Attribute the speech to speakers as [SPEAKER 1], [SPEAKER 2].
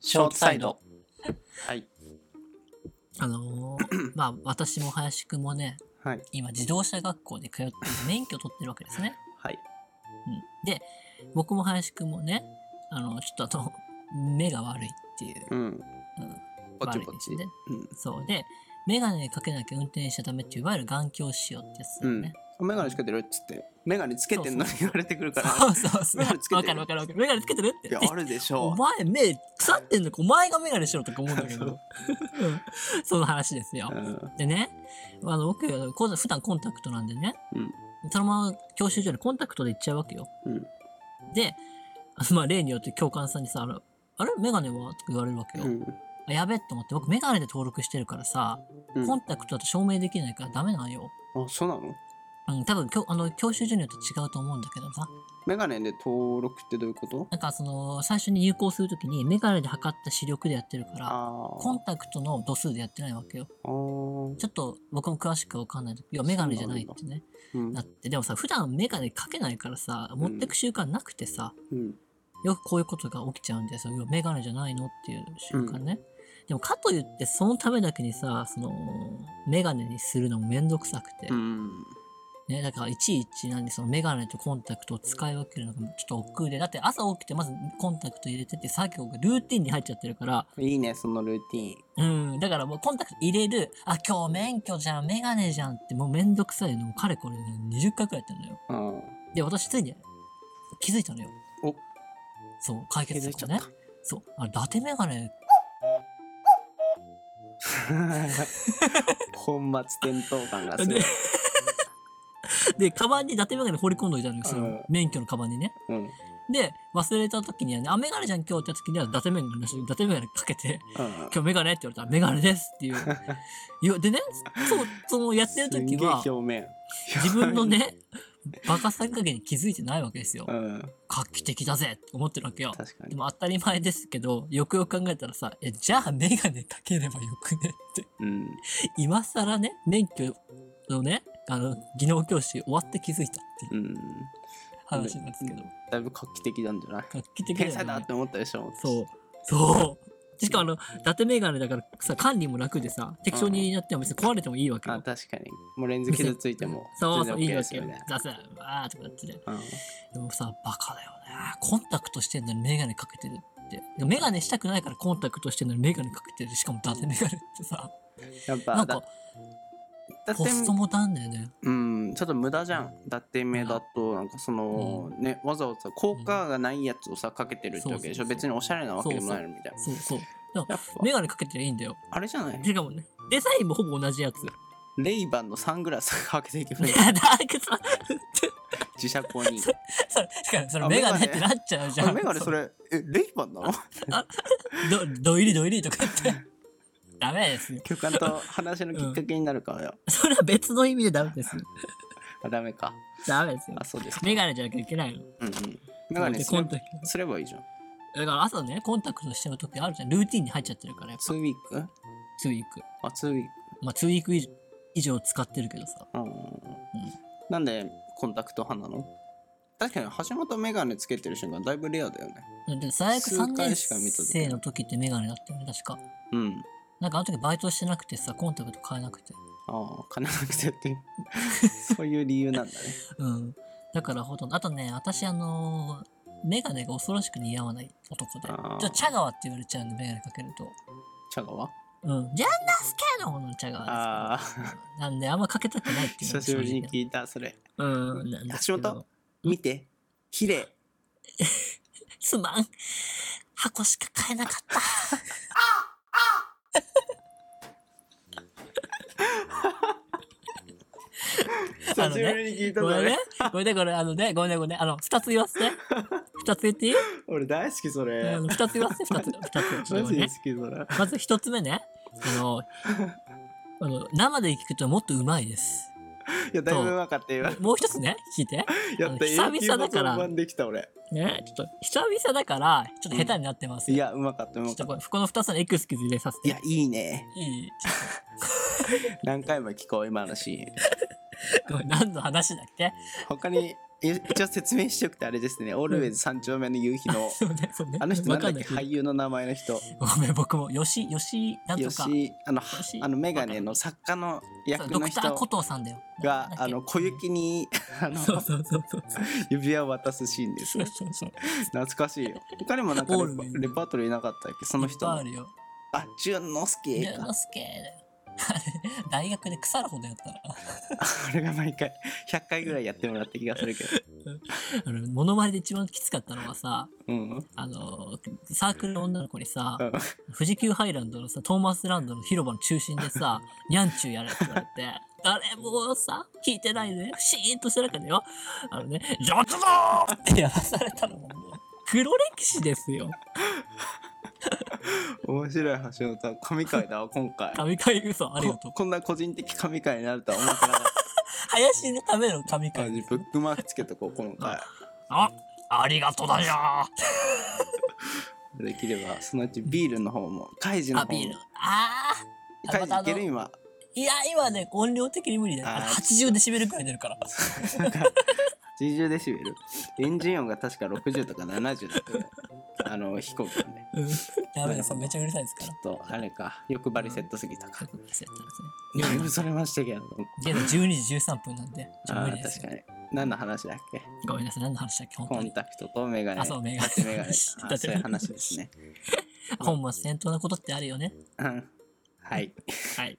[SPEAKER 1] ショートサイド。
[SPEAKER 2] はい。
[SPEAKER 3] あの ーまあ私も林くんもね、
[SPEAKER 2] はい。
[SPEAKER 3] 今自動車学校で通って免許取ってるわけですね。
[SPEAKER 2] はい。
[SPEAKER 3] うん、で、僕も林くんもね、あの、ちょっとあ の、目が悪いっていう、
[SPEAKER 2] うん。
[SPEAKER 3] うん、
[SPEAKER 2] ぼち
[SPEAKER 3] 悪い
[SPEAKER 2] ぼ
[SPEAKER 3] で
[SPEAKER 2] ち。
[SPEAKER 3] すね。
[SPEAKER 2] うん。
[SPEAKER 3] そうで、メガネかけなきゃ運転しちゃダメっていう、いわゆる眼鏡仕様ってやつだよね。
[SPEAKER 2] メガネつけてるっつって。メガネつけてんのに
[SPEAKER 3] そう
[SPEAKER 2] 言われてくるから。
[SPEAKER 3] そうそうそう。
[SPEAKER 2] メガネつけてる
[SPEAKER 3] わかるわかるわかる。メガネつけてるって。
[SPEAKER 2] いや、あるでしょ
[SPEAKER 3] お前目腐ってんのかお前がメガネしろとか思うんだけ ど。うんその話ですよ
[SPEAKER 2] う。。うん。
[SPEAKER 3] でね、あの、僕、こう普段コンタクトなんでね、
[SPEAKER 2] うん
[SPEAKER 3] そのまま教習所にコンタクトで行っちゃうわけよ。
[SPEAKER 2] うん
[SPEAKER 3] で、あのまあ例によって教官さんにさ、あのあれメガネはって言われるわけよ。
[SPEAKER 2] う
[SPEAKER 3] あやべえと思って、僕メガネで登録してるからさ、
[SPEAKER 2] ん。
[SPEAKER 3] コンタクトだと証明できないからダメなんよ。
[SPEAKER 2] あ、そうなの
[SPEAKER 3] うん、多分きょあの教習所によって違うと思うんだけどさ。
[SPEAKER 2] メガネで登録ってどういうこと
[SPEAKER 3] なんかその、最初に入校するときにメガネで測った視力でやってるから、
[SPEAKER 2] ああ。
[SPEAKER 3] コンタクトの度数でやってないわけよ。
[SPEAKER 2] あー
[SPEAKER 3] ちょっと僕も詳しくわかんないんだけど。いや、メガネじゃないってね。
[SPEAKER 2] うん
[SPEAKER 3] だって、でもさ、普段メガネかけないからさ、持ってく習慣なくてさ、
[SPEAKER 2] うん。
[SPEAKER 3] よくこういうことが起きちゃうんですよ。いやメガネじゃないのっていう習慣ね。でも、かといって、そのためだけにさ、その、メガネにするのもめんどくさくて、
[SPEAKER 2] うん。
[SPEAKER 3] ね、だから、いちいちなんで、そのメガネとコンタクトを使い分けるのがちょっと億劫で、だって朝起きて、まずコンタクト入れてって作業がルーティンに入っちゃってるから、
[SPEAKER 2] いいね、そのルーティン。
[SPEAKER 3] うん、だからもうコンタクト入れる、あ、今日免許じゃん、メガネじゃんって、もうめんどくさいの、もうかれこれ、ね、20回くらいやってんのよ。
[SPEAKER 2] うん。
[SPEAKER 3] で、私ついに気づいたのよ。
[SPEAKER 2] お
[SPEAKER 3] そう、解
[SPEAKER 2] 気
[SPEAKER 3] 決
[SPEAKER 2] づい
[SPEAKER 3] 策
[SPEAKER 2] ち
[SPEAKER 3] を
[SPEAKER 2] ゃっ
[SPEAKER 3] ね。そう、あれ、伊達メガネ、
[SPEAKER 2] た。 本末転倒感がすごい
[SPEAKER 3] で。、で、カバンに伊達メガネ放り込んどいたのよ、そ
[SPEAKER 2] うん
[SPEAKER 3] の免許のカバンにね。
[SPEAKER 2] うん。うん。
[SPEAKER 3] で、忘れた時にはね、あ、メガネじゃん今日って時には伊達メガネなし、伊達メガネか けて、今日メガネって言われたら、メガネですっていう。いや、でね、そう、そのやってる
[SPEAKER 2] すん
[SPEAKER 3] 時
[SPEAKER 2] げえ
[SPEAKER 3] は
[SPEAKER 2] 表、面。
[SPEAKER 3] 自分のね、バカさ加減に気づいてないわけですよ
[SPEAKER 2] う。ん。
[SPEAKER 3] 画期的だぜって思ってるわけよ。
[SPEAKER 2] 確か
[SPEAKER 3] で
[SPEAKER 2] に。
[SPEAKER 3] も当たり前ですけど、よくよく考えたらさ、え、じゃあメガネかければよくねって。
[SPEAKER 2] うん。
[SPEAKER 3] 今更ね、免許のね、あの、技能教師終わって気づいたっていう
[SPEAKER 2] うん。
[SPEAKER 3] 話なんですけど。
[SPEAKER 2] だいぶ画期的なんじゃない
[SPEAKER 3] 画期的
[SPEAKER 2] 天
[SPEAKER 3] だ
[SPEAKER 2] 才だ
[SPEAKER 3] よ
[SPEAKER 2] っ
[SPEAKER 3] ね
[SPEAKER 2] て。思ったでしょ。
[SPEAKER 3] そう。そう。しかもあの、伊達メガネだからさ、管理も楽でさ、適当にやっても別に壊れてもいいわけ
[SPEAKER 2] あ、
[SPEAKER 3] よ。
[SPEAKER 2] 確かに。もうレンズ傷ついても。
[SPEAKER 3] そうそう、い
[SPEAKER 2] 全然 OK で
[SPEAKER 3] いわけ
[SPEAKER 2] すよ
[SPEAKER 3] よ
[SPEAKER 2] ね。。
[SPEAKER 3] 出せ、わーとかやってね。
[SPEAKER 2] うん。
[SPEAKER 3] でもさ、バカだよね。コンタクトしてんのにメガネかけてるって。でもメガネしたくないからコンタクトしてんのにメガネかけてる。しかも伊達メガネってさ、
[SPEAKER 2] やっ
[SPEAKER 3] な
[SPEAKER 2] ぱ、
[SPEAKER 3] んか
[SPEAKER 2] だだって
[SPEAKER 3] ポ、ストもたんだよね。
[SPEAKER 2] うん、ちょっと無駄じゃん。だって目だと、なんかその、ね、わざわざ効果がないやつをさ、かけてるってわけでしょ。
[SPEAKER 3] そうそうそう
[SPEAKER 2] 別におしゃれなわけでもないのみたいな。
[SPEAKER 3] そうそう。
[SPEAKER 2] やっ
[SPEAKER 3] メガネかけてりゃいいんだよ。
[SPEAKER 2] ぱ、あれじゃない
[SPEAKER 3] しかもね、デザインもほぼ同じやつ。 い
[SPEAKER 2] レイバンのサングラスかけていけ ばいい。
[SPEAKER 3] や、だけどさ、
[SPEAKER 2] 自社購に。
[SPEAKER 3] それ、しかもそれ
[SPEAKER 2] あ
[SPEAKER 3] メガ
[SPEAKER 2] メ
[SPEAKER 3] ネ
[SPEAKER 2] ガネ
[SPEAKER 3] ってなっちゃうじゃ
[SPEAKER 2] あ
[SPEAKER 3] ん。
[SPEAKER 2] メガネそれ、え、レイバンなの
[SPEAKER 3] そう。ど、どいりどいりとか 言って。ダメですよ。
[SPEAKER 2] 巨漢と話のきっかけになるからよ。
[SPEAKER 3] それは別の意味でダメですよ。
[SPEAKER 2] あ、ダメか。
[SPEAKER 3] ダメですよ
[SPEAKER 2] あ、。そうですか。
[SPEAKER 3] メガネじゃなきゃいけないの。
[SPEAKER 2] うんうん。メガネ
[SPEAKER 3] で
[SPEAKER 2] す
[SPEAKER 3] コ
[SPEAKER 2] れ
[SPEAKER 3] ンタクト。
[SPEAKER 2] すればいいじゃん。
[SPEAKER 3] だから朝ね、コンタクトしてる時あるじゃん。ルーティンに入っちゃってるから、やっぱ
[SPEAKER 2] 2ウィーク
[SPEAKER 3] 2ウィーク。
[SPEAKER 2] あ、2ウィーク。
[SPEAKER 3] まあ、2ウィーク以上以上使ってるけどさ。
[SPEAKER 2] うんうんうん。なんでコンタクト派なの確かに橋本メガネつけてる瞬間だいぶレアだよね。
[SPEAKER 3] で最悪3
[SPEAKER 2] 数回
[SPEAKER 3] 年
[SPEAKER 2] しか見たことない
[SPEAKER 3] 生の時ってメガネだったよね、確か。
[SPEAKER 2] うん。
[SPEAKER 3] なんかあの時バイトしてなくてさ、コンタクト買えなくて。
[SPEAKER 2] ああ、金なくて っていう。そういう理由なんだね。
[SPEAKER 3] うん。だからほとんど、あとね、私あのーメガネが恐ろしく似合わない男で。ち
[SPEAKER 2] あ
[SPEAKER 3] ょ
[SPEAKER 2] ー
[SPEAKER 3] っとチャガワって言われちゃうんで、メガネかけると。
[SPEAKER 2] 茶川
[SPEAKER 3] うん。ジャンナスケの方のチャガワ
[SPEAKER 2] ああ、
[SPEAKER 3] です。なんで、あんまかけたくないっていうの
[SPEAKER 2] 久
[SPEAKER 3] が正
[SPEAKER 2] しぶ
[SPEAKER 3] 直
[SPEAKER 2] りに聞いた、それ。
[SPEAKER 3] うん。なんですけど
[SPEAKER 2] 橋本見て、綺麗。
[SPEAKER 3] すまん。箱しか買えなかった。あ
[SPEAKER 2] 久
[SPEAKER 3] の
[SPEAKER 2] し
[SPEAKER 3] ね
[SPEAKER 2] ぶりに聞いた
[SPEAKER 3] ごめ
[SPEAKER 2] そ
[SPEAKER 3] んね
[SPEAKER 2] れ。。
[SPEAKER 3] ごめんね、これ、あのね、ごめんね、ごめんね。あの、二つ言わせて。二つ言っていい
[SPEAKER 2] 俺大好き、それ
[SPEAKER 3] あ。の二つ言わせて、二つ。二 つ。
[SPEAKER 2] マ
[SPEAKER 3] ご
[SPEAKER 2] ジ
[SPEAKER 3] めん
[SPEAKER 2] で
[SPEAKER 3] ね
[SPEAKER 2] 好。き、それ。
[SPEAKER 3] まず一つ目ね。あの、あの生で聞くともっとうまいです。
[SPEAKER 2] いや、だいぶうまかったよ。
[SPEAKER 3] もう一つね、聞いて。
[SPEAKER 2] やった、
[SPEAKER 3] 久々
[SPEAKER 2] 永久の
[SPEAKER 3] だから
[SPEAKER 2] 登板できた、俺。
[SPEAKER 3] ね、ちょっと、久々だから、ちょっと下手になってます。
[SPEAKER 2] い、や、うまかった、う
[SPEAKER 3] ちょ
[SPEAKER 2] まか
[SPEAKER 3] っと
[SPEAKER 2] っ
[SPEAKER 3] これ、この二つのエクスキューズ入れさせ
[SPEAKER 2] た。
[SPEAKER 3] て。
[SPEAKER 2] いや、いいね。
[SPEAKER 3] いい。
[SPEAKER 2] 何回も聞こう、今のシーン。
[SPEAKER 3] ごめん、何の話だっけ
[SPEAKER 2] 他にい一応説明しておくとあれですね、オールウェイズ三丁目の夕日の、
[SPEAKER 3] そうね、そうね。
[SPEAKER 2] あの人な
[SPEAKER 3] わ
[SPEAKER 2] んだ
[SPEAKER 3] か
[SPEAKER 2] っ
[SPEAKER 3] んな
[SPEAKER 2] け、
[SPEAKER 3] い
[SPEAKER 2] 俳優の名前の人。
[SPEAKER 3] ごめん、僕も、吉、吉、なんとか。
[SPEAKER 2] 吉あのは
[SPEAKER 3] 吉
[SPEAKER 2] あのメガネの作家の
[SPEAKER 3] そう
[SPEAKER 2] 役
[SPEAKER 3] ド
[SPEAKER 2] の
[SPEAKER 3] クタ
[SPEAKER 2] 人
[SPEAKER 3] ーコトーさんだよ。
[SPEAKER 2] が
[SPEAKER 3] なんだっけ
[SPEAKER 2] あの小雪にあの
[SPEAKER 3] そうそうそうそう。
[SPEAKER 2] 指輪を渡すシーンです
[SPEAKER 3] そうそうそう。
[SPEAKER 2] 懐かしいよ他にもなんかレ
[SPEAKER 3] オ
[SPEAKER 2] パ
[SPEAKER 3] ールウェイズ
[SPEAKER 2] レパートリーなかったっけその人
[SPEAKER 3] いっぱい
[SPEAKER 2] の
[SPEAKER 3] あるよ。
[SPEAKER 2] あ純之
[SPEAKER 3] 龍
[SPEAKER 2] 介か
[SPEAKER 3] 之介だよ。 あれ大学で腐るほどやったら。
[SPEAKER 2] あれが毎回100回ぐらいやってもらった気がするけ ど
[SPEAKER 3] あの、モノマネで一番きつかったのはさ、
[SPEAKER 2] うん
[SPEAKER 3] あの、サークルの女の子にさ
[SPEAKER 2] う、ん
[SPEAKER 3] 富士急ハイランドのさ、トーマスランドの広場の中心でさ、にゃんちゅうやれって言われて、あれもうさ、聞いてないで、シーンとした中でよ、あのね、ジョッズってやらされたのも、もう黒歴史ですよ。
[SPEAKER 2] 面白い橋本は神回だわ今回
[SPEAKER 3] 神回嘘、ありがと う
[SPEAKER 2] こ。こんな個人的神回になるとは思ってなかっ
[SPEAKER 3] 林のための神
[SPEAKER 2] た
[SPEAKER 3] 回
[SPEAKER 2] 感じブックマークつけとこう今回
[SPEAKER 3] あ、ありがとうだよ
[SPEAKER 2] できればそのうちビールの方もカイジの
[SPEAKER 3] ア
[SPEAKER 2] 方も
[SPEAKER 3] ピール。ああ
[SPEAKER 2] カイジいけ
[SPEAKER 3] あ
[SPEAKER 2] る今
[SPEAKER 3] いや、今ね、音量的に無理だよ。あれ
[SPEAKER 2] あー
[SPEAKER 3] 80デシベルくらい出るから。
[SPEAKER 2] 80デシベルエンジン音が確か60とか70だった よあの飛行機のね
[SPEAKER 3] うん。ダメだよ、そうめちゃうるさいですか
[SPEAKER 2] ちょ
[SPEAKER 3] ら
[SPEAKER 2] っ。とあれか欲張りセットすぎたか
[SPEAKER 3] そうですね
[SPEAKER 2] だいぶそれましたけど
[SPEAKER 3] 現在12時13分なんで、ちょっと
[SPEAKER 2] あ
[SPEAKER 3] 無
[SPEAKER 2] あ
[SPEAKER 3] 理です
[SPEAKER 2] 確か
[SPEAKER 3] よ。
[SPEAKER 2] に何の話だっけ
[SPEAKER 3] ごめんなさい、何の話だっけ、本
[SPEAKER 2] コ
[SPEAKER 3] 当
[SPEAKER 2] ン
[SPEAKER 3] に。
[SPEAKER 2] タクトとメガネ
[SPEAKER 3] あそうメガネ
[SPEAKER 2] 縦 メガネあ
[SPEAKER 3] 縦メガネ
[SPEAKER 2] そういう話ですね
[SPEAKER 3] 本末転倒なことってあるよね。
[SPEAKER 2] うんはい
[SPEAKER 3] はい。